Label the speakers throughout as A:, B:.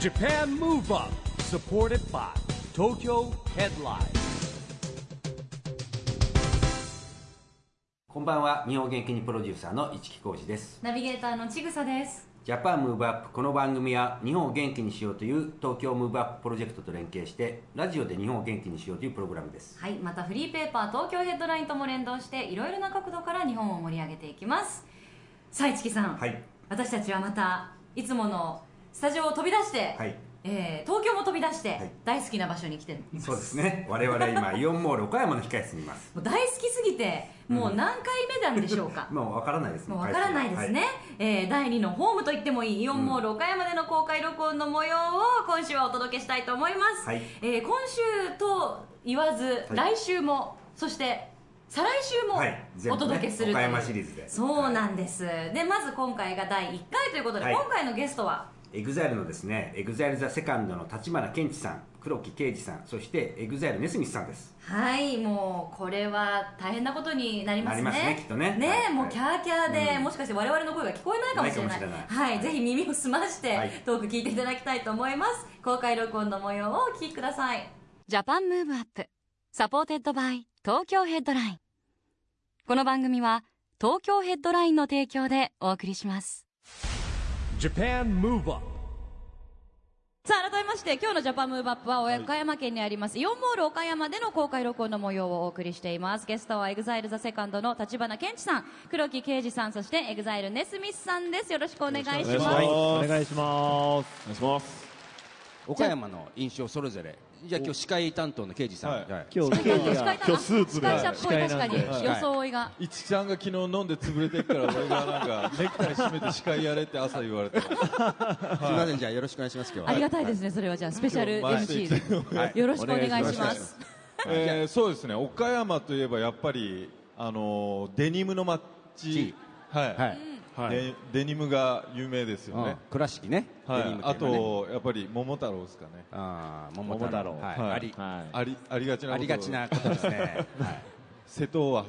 A: Japan Move Up supported by Tokyo Headline
B: こんばんは日本元気にプロデューサーの市木浩司です
C: ナビゲーターのちぐさです。
B: ジャパンムーブアップこの番組は日本を元気にしようという東京ムーブアッププロジェクトと連携してラジオで日本を元気にしようというプログラムです
C: はい、またフリーペーパー東京ヘッドラインとも連動していろいろな角度から日本を盛り上げていきます。さあ、市木さん、
B: はい
C: 私たちはまたいつものスタジオを飛び出して、
B: はい
C: えー東京も飛び出して、
B: い
C: 大好きな場所に来てる。
B: そうですね我々 今イオンモール岡山の控え室にいます
C: もう大好きすぎて、もう何回目なんでしょうか。
B: もうわからないです
C: もうわからないですね、
B: は
C: えー第2のホームと言ってもいいイオンモール岡山での公開録音の模様を今週はお届けしたいと思います、
B: はい
C: えー今週と言わず、
B: は
C: 来週もそして再来週も
B: はい全部
C: お
B: ね
C: 届けするという、
B: 岡山シリーズで
C: そうなんです、でまず今回が第1回ということで、
B: はい
C: 今回のゲストは
B: エグザイルのですねエグザイルザセカンドの立花健二さん黒木啓司さんそしてエグザイルネスミスさんです
C: はいもうこれは大変なことになりますね
B: なりますねきっとねはい
C: もうキャーキャーで、
B: うん
C: もしかして我々の声が聞こえないかもしれない
B: ないかもしれない
C: はい、
B: はい
C: ぜひ耳を澄まして、
B: はい
C: トーク聞いていただきたいと思います公開録音の模様をお聞きくださいジャパンムーブアップサポーテッドバイ東京ヘッドラインこの番組は東京ヘッドラインの提供でお送りします
A: Japan Move Up
C: さあ改めまして今日のジャパンムーブアップは岡山県にあります、イオンモール岡山での公開録音の模様をお送りしていますゲストは EXILE ザセカンドの立花健二さん黒木啓司さんそして EXILE ネスミスさんですよろしくお願いします
D: お願いします。お願いします。
E: 岡山の印象それぞれじゃあ今日司会担当の刑事さん、はい
D: 今日、
C: 今日司会だ
D: 今日スーツが
C: 司会者っぽい確かに
D: 司会なんで
C: 装いが
F: 一木ちゃんが昨日飲んで潰れてっから俺がなんかネクタイ締めて司会やれって朝言われて
E: すみませんじゃあよろしくお願いします今日は
C: ありがたいですねそれはじゃあスペシャル
F: 今日
C: MC よろしくお願いします
F: えーそうですね岡山といえばやっぱりあのーデニムの街
E: 地
F: はい、
E: はい、
D: はい。
F: でデニムが有名ですよ
E: うん
F: ね、
E: 倉敷ね、
F: はい
E: デニム
F: あ
E: 店がね
F: とやっぱり桃太郎ですかね
E: あー桃
D: 桃
E: 太
D: 太
E: 郎
D: 郎
E: はい
F: はい
E: あり
D: は
F: ありありがちな
E: ありがちなことですね、 はい
F: 瀬戸大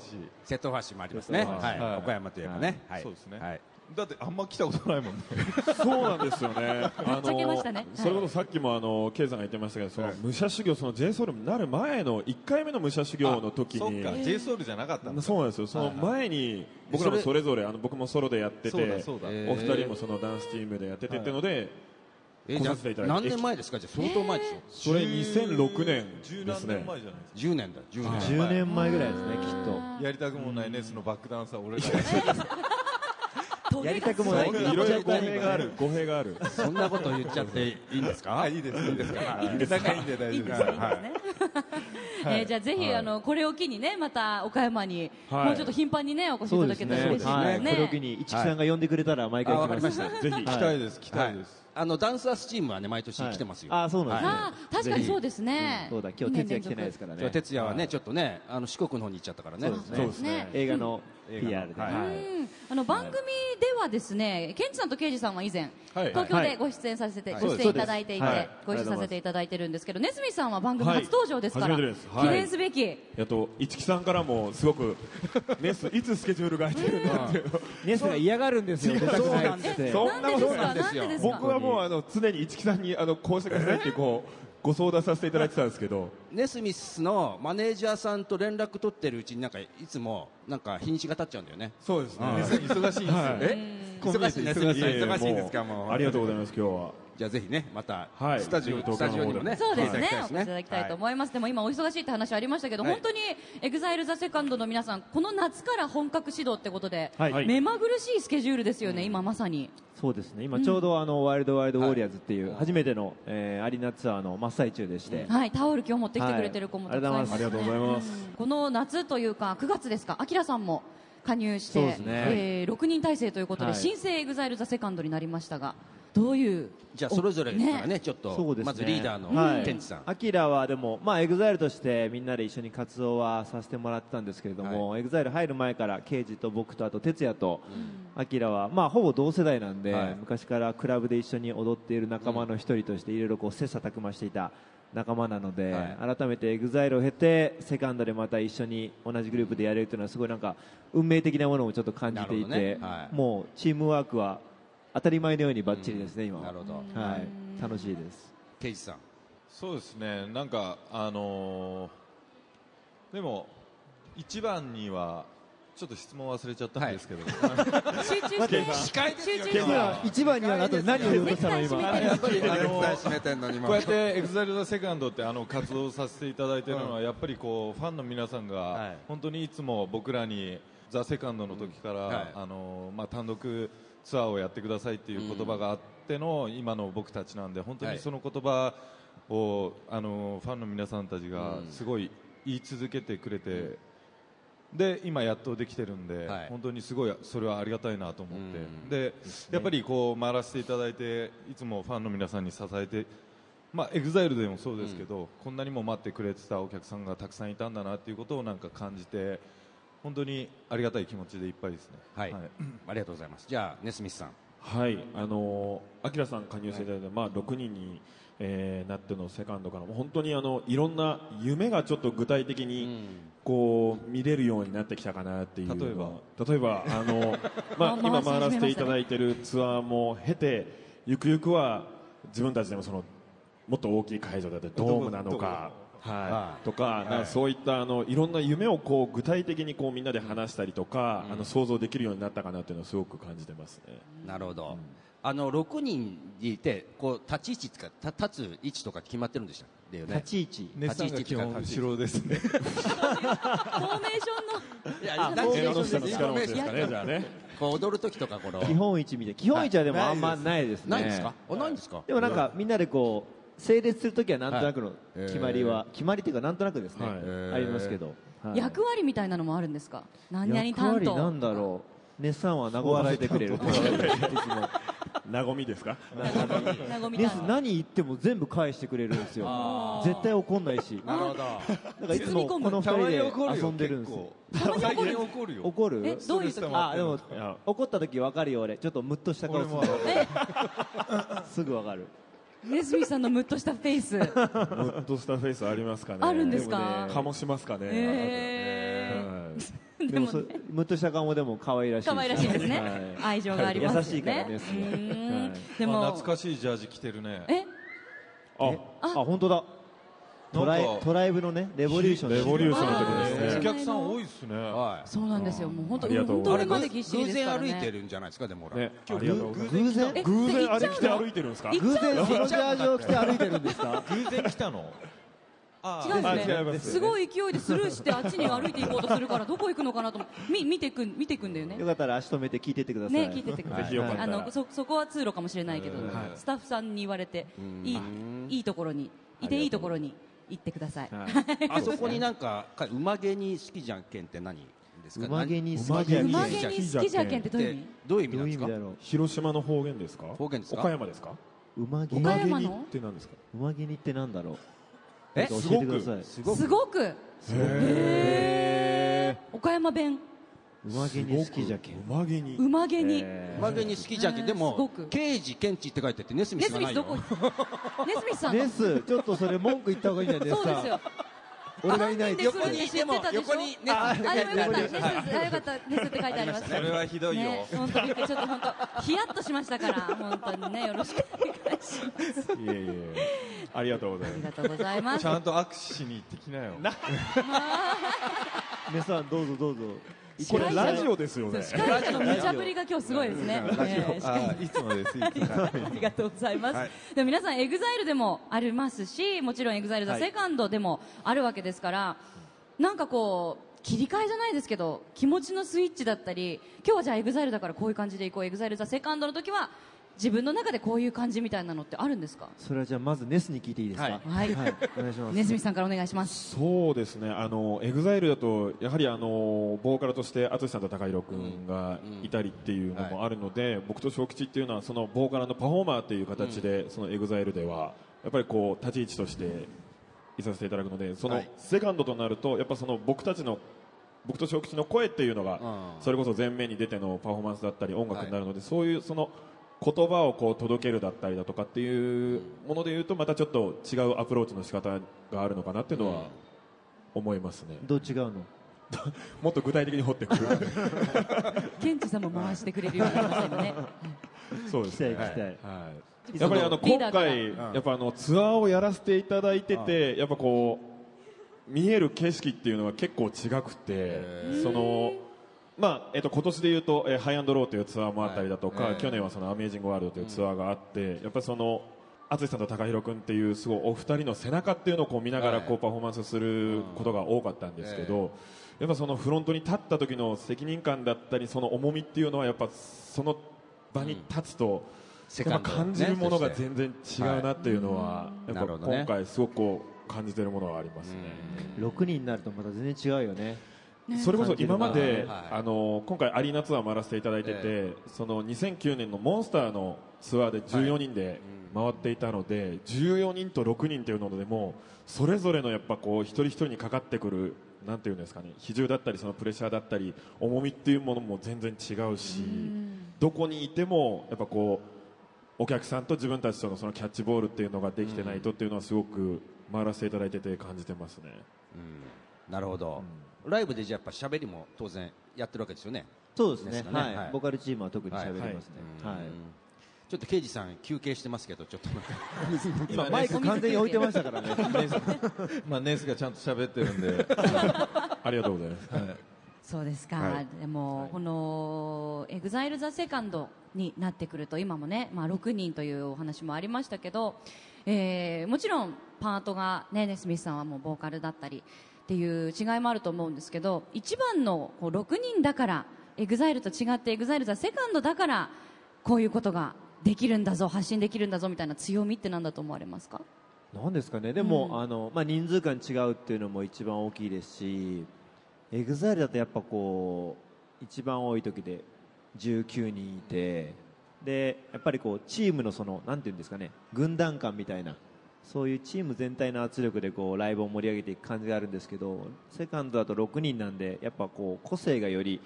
E: 瀬戸大橋もありますね、
D: 瀬戸大
E: はい
F: 橋はい
E: 岡山といえばね、はい
F: そうですね
E: はい
F: 橋だってあんま来たことない もんね
D: い。そうなんで すよね。あ
C: ちゃけましたねはい
D: それこそさっきもあのケイさんが言ってましたけど、その武者修行、その J ソウルになる前の一回目の武者修行の時
F: そっ
D: に。
F: か J ソウルじゃなかったんだ
D: そうなんですよ。その前に僕らもそれぞれあの僕もソロでやってて、
F: そうだそうだ
D: お二人もそのダンスチームでやっててってので、
E: えーじゃ
D: 来させていた
E: あ
D: だい
E: 何
D: て
E: 年前ですかじゃあ相当前でしょ、
D: それ
F: 十
D: 2006年で
F: 何
D: すね
F: 年。前じゃないですか
E: 10年だ10年
D: 10年前ぐらいですねきっと。
F: やりたくもないねそのバックダンサー俺ら
C: トゲが
D: もういろいろ語弊がある語弊がある。
E: そんなこと言っちゃっていいんですかいいですいいですか仲いいんで大丈夫ですはい
C: えーじゃあぜひあのこれを機にねまた岡山に
D: はい
C: もうちょっと頻繁にねお越しいただけたら嬉しいです
G: はい、
C: ね
G: これを機に一木さんが呼んでくれたら毎回
E: あ
G: 来
E: わか
G: ま
E: り
G: す、
E: ました
D: ぜひ
F: 来たいです来たいです、
E: あのダンサースチームはね毎年来てますよ、
G: はいあそうなんですね
C: あー確かにそうですね
G: そうだ今日徹夜来てないですから
E: 今
G: ね
E: 日哲也はね、ちょっとねあの四国の方に行っちゃったからね
G: そうです
C: ね
G: 映画の PR で、
E: はい
C: うんあの番組ではですね、ケンチさんとケイジさんは以前、
F: はい
C: 東京でご出演させて、ご出演いただいていて、
G: はい
C: ご一緒させていただいてるんですけど、ネズミさんは番組
D: はい
C: 初登場ですから、
D: 初めてですはい
C: 記念すべき。
D: えっと一木さんからもす ごくネスいつスケジュールが空いてるんだっていう
G: ネスが嫌がるんですよ出たくないっつっ
E: え
G: て
D: そん
C: なんでですか、
E: そう
C: な
E: なんん
C: で
E: ですよ
C: ですか
D: 僕。はもうあの常に一木さんにあのこうして くださいってこうご相談させていただいてたんですけど
E: ネスミスのマネージャーさんと連絡取ってるうちになんかいつもなんか日にちが経っちゃうんだよね
F: そうですね忙しいんですよ、
E: え
F: コンビニ
E: 忙しいねすみません
D: やや
E: 忙しいんですかもう
D: ありがとうございます今日は
E: じゃあぜひねまた
D: はい
E: スタジオ、
D: 東京の方で
E: スタジオにもね
C: そうですね
E: 来て
C: お越しい
E: いただきたい、
C: ただきたいと思います。でも今お忙しいって話ありましたけど、
E: はい
C: 本当に EXILE THE SECOND の皆さん、この夏から本格始動ってことで、
G: はい
C: 目まぐるしいスケジュールですよね、今まさに。
G: そうですね今ちょうどあの、ワイルドワイルドウォリアーズっていう初めての、えーアリーナツアーの真っ最中でして、
C: はい、タオル今日持ってきてくれてる子もたくさんいます、ね
G: はいありがとうございますありがとうございます
C: うんこの夏というか9月ですか、あきらさんも加入して、
G: そうですね
C: えー6人体制ということで、
G: はい
C: 新生エグザイルザセカンドになりましたが、どういう
E: じゃあそれぞれからねちょっと
G: そうですね
E: まずリーダーの
G: はい
E: 天智さん、
G: アキラはでも、まあ、エグザイルとしてみんなで一緒に活動はさせてもらってたんですけれども、エグザイル入る前から刑事と僕とあと哲也と、アキラは、まあ、ほぼ同世代なんで、
E: はい
G: 昔からクラブで一緒に踊っている仲間の一人としていろいろこう切磋琢磨していた仲間なので、
E: は
G: 改めてエグザイルを経てセカンドでまた一緒に同じグループでやれるというのはすごいなんか運命的なものをちょっと感じてい
E: なる
G: て、
E: ほどねはい
G: もうチームワークは当たり前のようにバッチリですね、今は
E: なるほど
G: はい、楽しいです
E: ケイジさん
F: そうですね、なんか、あのーでも、一番には、ちょっと質問忘れちゃったんですけど、
C: 集中して
E: 司会ですよ
C: 集中して
E: 今
G: 一番にはなって何を言おうとしたの今
F: あれやっぱり、あ
E: あの
F: の
E: ー、締めてんのにも
F: こうやって EXILE ザセカンドってあの活動させていただいてるのはやっぱりこうファンの皆さん
E: は
F: が
E: い
F: 本当にいつも僕らにザセカンドの時か
E: うんはい
F: らあのまあ単独ツアーをやってくださいっていう言葉があっての今の僕たちなんで本当
E: は
F: に
E: い
F: その言葉をあのファンの皆さんたちが
E: うん
F: すごい言い続けてくれてで今やっとできてるんで、
E: はい
F: 本当にすごいそれはありがたいなと思って、
E: うん
F: でやっぱりこう回らせていただいていつもファンの皆さんに支えて、まあ、EXILE でもそうですけど、こんなにも待ってくれてたお客さんがたくさんいたんだなっていうことをなんか感じて本当にありがたい気持ちでいっぱいですね。
E: はい、ありがとうございますじゃあネスミスさん
D: はい、あのー、アキラさん加入していただいて、まあ、6人に、えーなってのセカンドからも、本当にあの、いろんな夢がちょっと具体的に、こう、見れるようになってきたかなっていう。
F: 例えば
D: 例えば、あ の、まあ、
C: 回し始めまし
D: 今
C: たね
D: 回らせていただいてるツアーも経て、ゆくゆくは、自分たちでもその、もっと大きい会場だったり、ドームなのか、
E: は
D: はいい、とか、なんかそういったあのいろんな夢をこう具体的にこうみんなで話したりとか、あの想像できるようになったかなっていうのはすごく感じてますね。
E: なるほど、あの6人いてこう立ち位置つかた立つ位置とか決まってるんでしただよね
G: 立ち位置
E: 立ち位置
F: 基本後ろですね。
C: フォーメーションの
E: いや
C: あ
E: だって
D: えーあの人の力持ちですかね、じゃあね。
E: こう踊る時とかこの
G: 基本位置みたいな基本位置はでもあんまないですね
E: ないんですか、あないんですか
G: でもなんかみんなでこう整列するときはなんとなくの決まりは、決まりというかなんとなくですね、
D: はい
G: ありますけど、はい
C: 役割みたいなのもあるんですか何々
G: 役
C: 担
G: 割
C: 当
G: なんだろう熱さんは和ませてくれるいつも
D: なごみですか
C: なごみ
G: で
C: た
G: す
C: いな
G: 何言っても全部返してくれるんですよ絶対怒んないし
E: なるほど
G: なんかいつもこの二
F: たまに
G: 人
F: 怒
G: で
F: るよ
G: 遊んでるんですよ
F: 結構最近怒るよ。
G: 怒る
C: えどういう
F: ストレス溜
C: 時
F: ま
G: あでも
D: いや
G: 怒った時わかるよ俺ちょっとムッとした顔
F: 俺
G: す る
F: も
G: すぐわかる
C: ネズミさんのムッとしたフェイス
D: ムッとしたフェイスありますかね。
C: あるんですか
D: もねかもしますかね。
C: え
D: は
C: ー
D: い
G: で
C: で
G: も
C: も
G: そムッとした顔もでも可愛らしい
C: 可愛らしいですね
G: はい
C: 愛情がありますよね
G: 優しいからねすごいう
C: ーん
G: はい
C: で
F: あ
C: も
F: 懐かしいジャージ着てるね。
C: え
D: あ、
G: あ本当だトライ
F: なんか
G: トライブのねレボリューション
D: レボリューションの時です
F: お
D: ね。
F: 客さん多いですね。
E: はい
C: そうなんですよもう本当
D: ありがと
C: 本
D: うござい
C: 当にま
D: ます
C: でぎっしり
E: 偶
C: ですから
E: 然歩いて
C: ね
E: るんじゃないですかでも俺、
D: ね、ありがとうございます。
G: 偶然
C: え
D: 偶
C: で
D: 然あれ着て歩
C: 行っ
D: いてるんですか
C: ちゃうの行っちゃう
G: そのジャージを着て歩いてるんですか
F: 偶然来たの。あ
C: 違うんですね
D: あ違います
C: すごい勢いでスルーしてあっちに歩いていこうとするからどこ行くのかなと思うみ見てくん見てくんだよね
G: よかったら足止めて聞いてってください
C: ね聞いててくだ
D: ぜ
C: さ
D: ひ
C: い
D: よかった
C: あ
D: ら
C: の。そそこは通路かもしれないけど、スタッフさんに言われていいいいところにいていいところに行ってください、
E: あそこになんかか馬毛に好きじゃんけんって何ですか
G: 馬毛に
E: 何
G: 好きじゃんけん
C: 馬毛に好きじゃけんってどういう意
E: って
C: 味
E: どういう意味
G: ど
E: なん
G: うい
E: で
G: う意
E: すか
G: 味だろ
D: 広島の方言ですか
E: 方言ですか
D: 岡山ですか
G: う馬毛
C: 岡山
D: 馬毛
C: の
D: にって何ですか
G: 馬毛にってなんだろう
E: え
G: 教えてください
E: すごく
C: すごくへー岡山弁
G: 馬毛に好きじゃけん
D: 馬 毛に。
C: 馬毛に、
E: 馬毛に好きじゃんけんで
C: すご
E: も
C: く
E: 刑事ケンチって書いてあってネスミ
C: ネ
E: ス
C: ス
E: が
C: ミ
E: な
C: ス
E: いよ
C: どこネスミスさんの
G: で、すちょっとそれ文句言った方がいいんじゃないです
C: そう
G: か
C: ですよ
G: 俺がいないです
C: あ
E: 横にいても
C: 知ってたでしょ
E: 横にネ
C: あ、
E: スミス
C: でもよかった、ネスミス、
E: はい
C: あ、よかった、ネスって書いてあります。
F: それはひどいよ。
C: ね、本当びっくりちょっと本当、ヒヤッとしましたから、本当にね、よろしくお願いします。
D: いえいえいえ。ありがとうござい
C: あり
D: ます。
C: がとうございます
F: ち。ゃんと握手しに行ってきなよ。
G: 皆さんどうぞどうぞ
D: これラジオですよね。
C: 司会者の無茶ぶりが今日すごいですね。えー司会
F: あいつもです。いつも
C: ありがとうございます。でも皆さん、エグザイルでもありますし、もちろんエグザイルザセカンドでもあるわけですから、なんかこう、切り替えじゃないですけど、気持ちのスイッチだったり、今日はじゃあエグザイルだからこういう感じでいこう、エグザイルザセカンドの時は、自分の中でこういう感じみたいなのってあるんですか
G: それはじゃあまずネスに聞いていいですか
C: はい
G: お願いします
C: ネズミさんからお願いします。
D: そうですね、あのエグザイルだと、やはりあのボーカルとして淳さんと高弘君がいたりっていうのもあるので、僕と小吉っていうのは、そのボーカルのパフォーマーっていう形で、そのエグザイルでは、やっぱりこう立ち位置としていさせていただくので、そ
E: は
D: の
E: い
D: セカンドとなると、やっぱその僕たちの、僕と小吉の声っていうのが、
E: うん
D: それこそ前面に出てのパフォーマンスだったり、音楽になるので、そういうその言葉をこう届けるだったりだとかっていうもので言うと、またちょっと違うアプローチの仕方があるのかなっていうのは。思いますね。
G: どう違うの
D: ともっと具体的に掘ってくる
C: ケンチさんも回してくれるようになりましたよね。
D: そうで
G: 期
D: す
G: 待
D: ね
G: 期待、
C: はい
D: はいやっぱりあの
C: リーダ
D: 今
C: ーから
D: 回、やっぱあのツアーをやらせていただいてて、やっぱこう見える景色っていうのが結構違くて、そのまあえっと今年でいうと、えーハイアンドローというツアーもあったりだとか、去年はそのアメージングワールドというツアーがあって、やっぱりその淳さんと高弘君っていうすごいお二人の背中っていうのをこう見ながらこうパフォーマンスすることが多かったんですけど、やっぱそのフロントに立った時の責任感だったりその重みっていうのはやっぱその場に立つと、
E: セ
D: や
E: カ
D: っ
E: ン
D: ぱ感
E: ドね
D: じるものが全然違うなっていうのは、
E: い
D: やっ
E: なる
D: ぱ
E: ほどね
D: 今回すごくこう感じてるものはありますね。
G: 6人になるとまた全然違うよね
D: それこそ今まで、
E: 感じるものはねはい
D: あの今回アリーナツアーもやらせていただいてて、
E: え
D: その2009年のモンスターのツアーで14人で回っていたので、14人と6人というのでもそれぞれのやっぱこう一人一人にかかってくるなんていうんですかね比重だったりそのプレッシャーだったり重みっていうものも全然違うし、どこにいてもやっぱこうお客さんと自分たちとのそのキャッチボールっていうのができてないとっていうのはすごく回らせていただいてて感じてますね。
E: なるほど、ライブでじゃあやっぱ喋りも当然やってるわけですよね
G: そうですね
E: ですかね
G: はい、
E: はい
G: ボカルチームは特に喋りますね、はい
E: うんちょっと刑事さん休憩してますけどちょっとなん か
G: 今マイク完全に置いてましたからね
F: まあネスがちゃんと喋ってるんで
D: ありがとうございます。
C: そうですか、
D: はい
C: でも、このエグザイル・ザ・セカンドになってくると今もね、まあ、6人というお話もありましたけど、えーもちろんパートが、ね、ネスミスさんはもうボーカルだったりっていう違いもあると思うんですけど一番のこう6人だからエグザイルと違ってエグザイル・ザ・セカンドだからこういうことができるんだぞ発信できるんだぞみたいな強みって何だと思われますか
G: なんですかねでも、あのまあ、人数感違うっていうのも一番大きいですし EXILE だとやっぱこう一番多い時で19人いてでやっぱりこうチームのそのなんていうんですかね軍団感みたいなそういうチーム全体の圧力でこうライブを盛り上げていく感じがあるんですけどセカンドだと6人なんでやっぱこう個性がより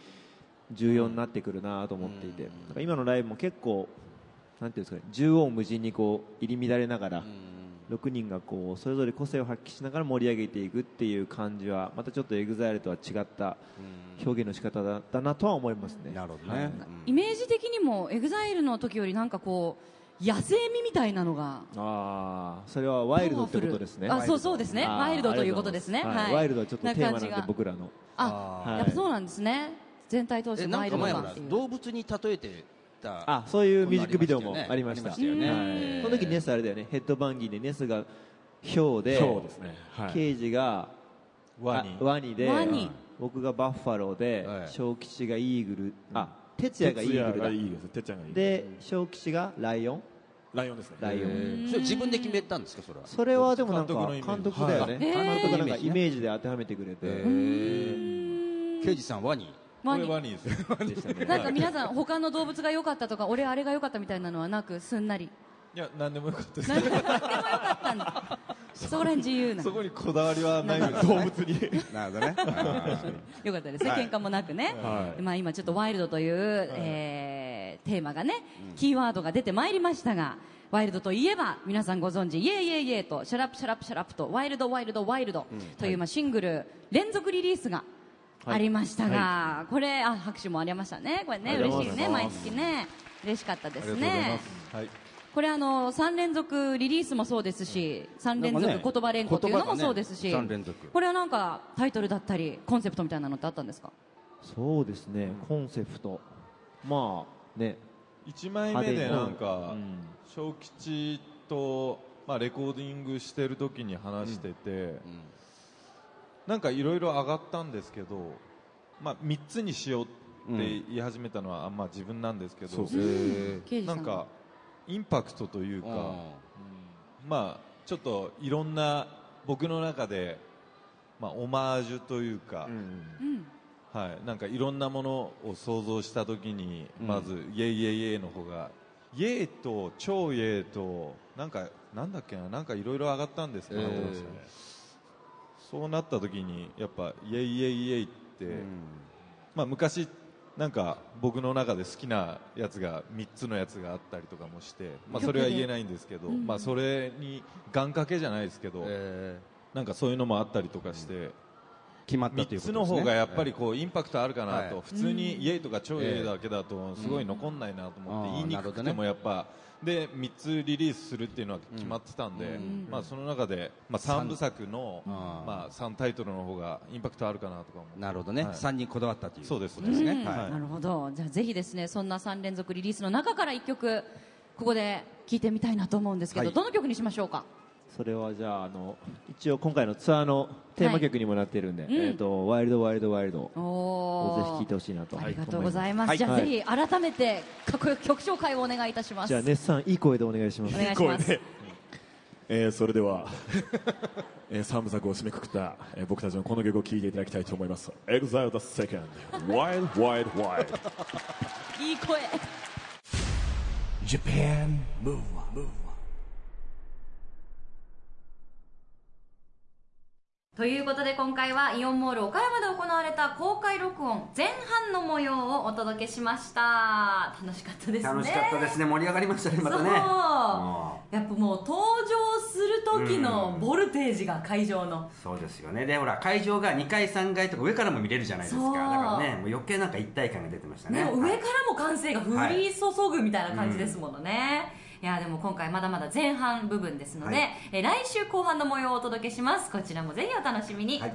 G: 重要になってくるなと思っていて、なんか今のライブも結構なんていうんですかね縦横無尽にこう入り乱れながら、6人がこうそれぞれ個性を発揮しながら盛り上げていくっていう感じはまたちょっと EXILE とは違った表現の仕方だだなとは思いますね。
E: るほどね、
C: イメージ的にもエグザイルの時よりなんかこう野生味みたいなのが
G: ああそれはワイルドってことですね。
C: あ、そうそうですね。
G: あー
C: ワイルドということですね。
G: ありがとうございま
C: はい。
G: ワイルドはちょっとテーマなん
C: 感
G: で
C: じが
G: 僕らの。
C: あ、
G: はい
C: やっぱそうなんですね。全体通し
E: え
C: て
E: な
C: ワ
E: ん
C: イ
E: か
C: ルド
E: 前
C: 感
E: ほ
C: っ
E: ら
C: ていう。
E: 動物に例えてた
G: あそういうミュージックビデオもありました。
E: ありましたよね
G: はい
E: うん
G: その時ネスあれだよねヘッドバンギーでネスがヒョウで
D: そうですね。はい。
G: ケイジが
F: ワニ
G: あワニで
C: ワニ
G: 僕がバッファローで
E: はい
G: 小吉がイーグルあ哲也がイーグルだ。
D: いいです。てっちゃんがいい。
G: で小吉がライオン
D: ライオンですね。
G: ライオン、
E: それ自分で決めたんですかそれは
G: それはでもなんか
F: 監督のイメージ
G: 監督だよね、
C: い
G: 監督がなんか
E: へー
G: イメージで当てはめてくれて、
E: 刑事さんワニ
C: ワ
F: これ
C: ニ。
F: ニです
G: でしたね
C: なんか皆さん他の動物が良かったとか、俺あれが良かったみたいなのはなく、すんなり。
F: いや何でもよかったです
C: 何でも良かったんだ。 そこら辺自由な。
F: そこにこだわりはないです動物に
E: なるほどね
C: よかったですね、喧嘩もなくね、
D: はい
C: まあ、今、ちょっとワイルドという、えーテーマがね、キーワードが出てまいりましたが、ワイルドといえば、皆さんご存知、イエイイエイイエイと、シャラップシャラップシャラップと、ワイルドワイルドワイルドという、まあ、シングル連続リリースがありましたが、これあ、拍手もありましたね、これね、嬉しいね、毎月ね、嬉しかったですね。
F: はい
C: これあの3連続リリースもそうですし3連続
E: なんかね
C: 言葉連呼というのも
E: 言葉がね
C: そうですし、
E: 三連続
C: これはなんかタイトルだったりコンセプトみたいなのってあったんですか
G: そうですねコンセプトまあね
F: 1枚目でなんか、
G: うん
F: 小吉と、まあ、レコーディングしてる時に話してて、なんかいろいろ上がったんですけど、まあ、3つにしようって言い始めたのは、あんまあ自分なんですけ
C: 刑
F: ど
C: 事さ
F: なんん
C: が
F: かインパクトというか、
E: う
F: まあ、ちょっといろんな僕の中で、まあ、オマージュというか、
C: うん
F: はい、なんかいろんなものを想像したときに、まず、イエイイエイイエイの方が、イエイと超イエイと、なんか、なんだっけな、なんかいろいろ上がったんですけど、
E: えー
F: そうなったときに、やっぱ、イエイイエイイエイって、
E: ん
F: まあ昔、なんか僕の中で好きなやつが3つのやつがあったりとかもして、まあ、それは言えないんですけど、まあ、それに願掛けじゃないですけど、
E: え
F: なんかそういうのもあったりとかして、
E: 決まったと
F: 3
E: いうことです
F: つ
E: ね
F: の方がやっぱりこうインパクトあるかなと、
E: はい
F: 普通に「イエイ」とか「超イエイ」だけだとすごい残んないなと思って、
E: うん
F: 言いにくくてもやっぱ、で3つリリースするっていうのは決まってたんで、まあ、その中で、まあ、3部作の、
E: ん
F: まあ、3タイトルの方がインパクトあるかなとかも
E: なるほどね、
F: はい
E: 3人こだわったという
F: そうですね
E: ことですね、
C: うん
E: はい
C: なるほどじゃあぜひですねそんな3連続リリースの中から1曲ここで聴いてみたいなと思うんですけど、
E: はい
C: どの曲にしましょうか
G: それはじゃああの一応今回のツアーのテーマ曲にもなってるんで、
C: うん
G: えっ、とワイルドワイルドワイルド
C: お
G: を
C: お
G: ぜひ聴いてほしいなと思
C: あ
G: い
C: り
G: ま
C: が
G: す。
C: とうございます、
E: はい
C: じゃあ、
G: はい
C: ぜひ改めてかっこよく曲紹介をお願いいたします
G: じゃあネッサンいい声でお願いします
C: お。願いします
D: で、えーそれでは、 えー、3部作を締めくくった、えー僕たちのこの曲を聴いていただきたいと思います EXILE the Second Wild Wild Wild
C: いい声
A: Japan Move Up, Move Up.
C: ということで今回はイオンモール岡山で行われた公開録音前半の模様をお届けしました楽しかったですね
B: 楽しかったですね盛り上がりましたねまたね
C: そうやっぱもう登場する時のボルテージが会場の
B: そうですよねでほら会場が2階3階とか上からも見れるじゃないですか
C: そう
B: だからねもう余計なんか一体感が出てましたね
C: ね、
B: は
C: 上から
B: い
C: も歓声が降り注ぐみたいな感じですものね、いやでも今回まだまだ前半部分ですので、
B: はい
C: えー来週後半の模様をお届けしますこちらもぜひお楽しみに、
B: はい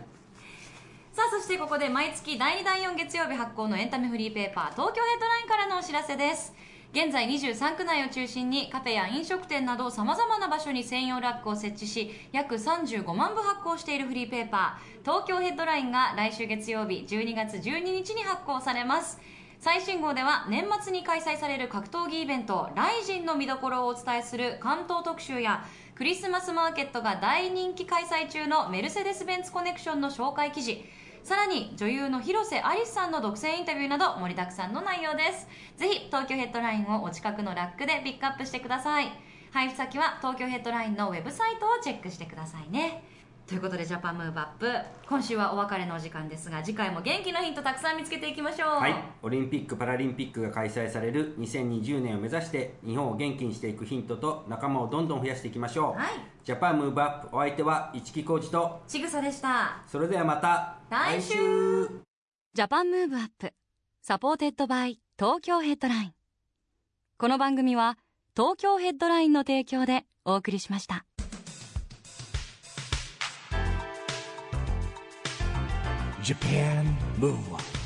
C: さあそしてここで毎月第2第4月曜日発行のエンタメフリーペーパー東京ヘッドラインからのお知らせです現在23区内を中心にカフェや飲食店などさまざまな場所に専用ラックを設置し約35万部発行しているフリーペーパー東京ヘッドラインが来週月曜日12月12日に発行されます最新号では年末に開催される格闘技イベント「ライジン」の見どころをお伝えする関東特集やクリスマスマーケットが大人気開催中のメルセデス・ベンツコネクションの紹介記事さらに女優の広瀬アリスさんの独占インタビューなど盛りだくさんの内容ですぜひ東京ヘッドラインをお近くのラックでピックアップしてください配布先は東京ヘッドラインのウェブサイトをチェックしてくださいねということでジャパンムーブアップ今週はお別れのお時間ですが次回も元気のヒントたくさん見つけていきましょう
B: はい、オリンピック・パラリンピックが開催される2020年を目指して日本を元気にしていくヒントと仲間をどんどん増やしていきましょう、
C: はい
B: ジャパンムーブアップお相手は市木浩二と
C: ちぐさでした
B: それではまた
C: 来週
B: 週
C: ジャパンムーブアップサポーテッドバイ東京ヘッドラインこの番組は東京ヘッドラインの提供でお送りしました
A: Japan Move Up.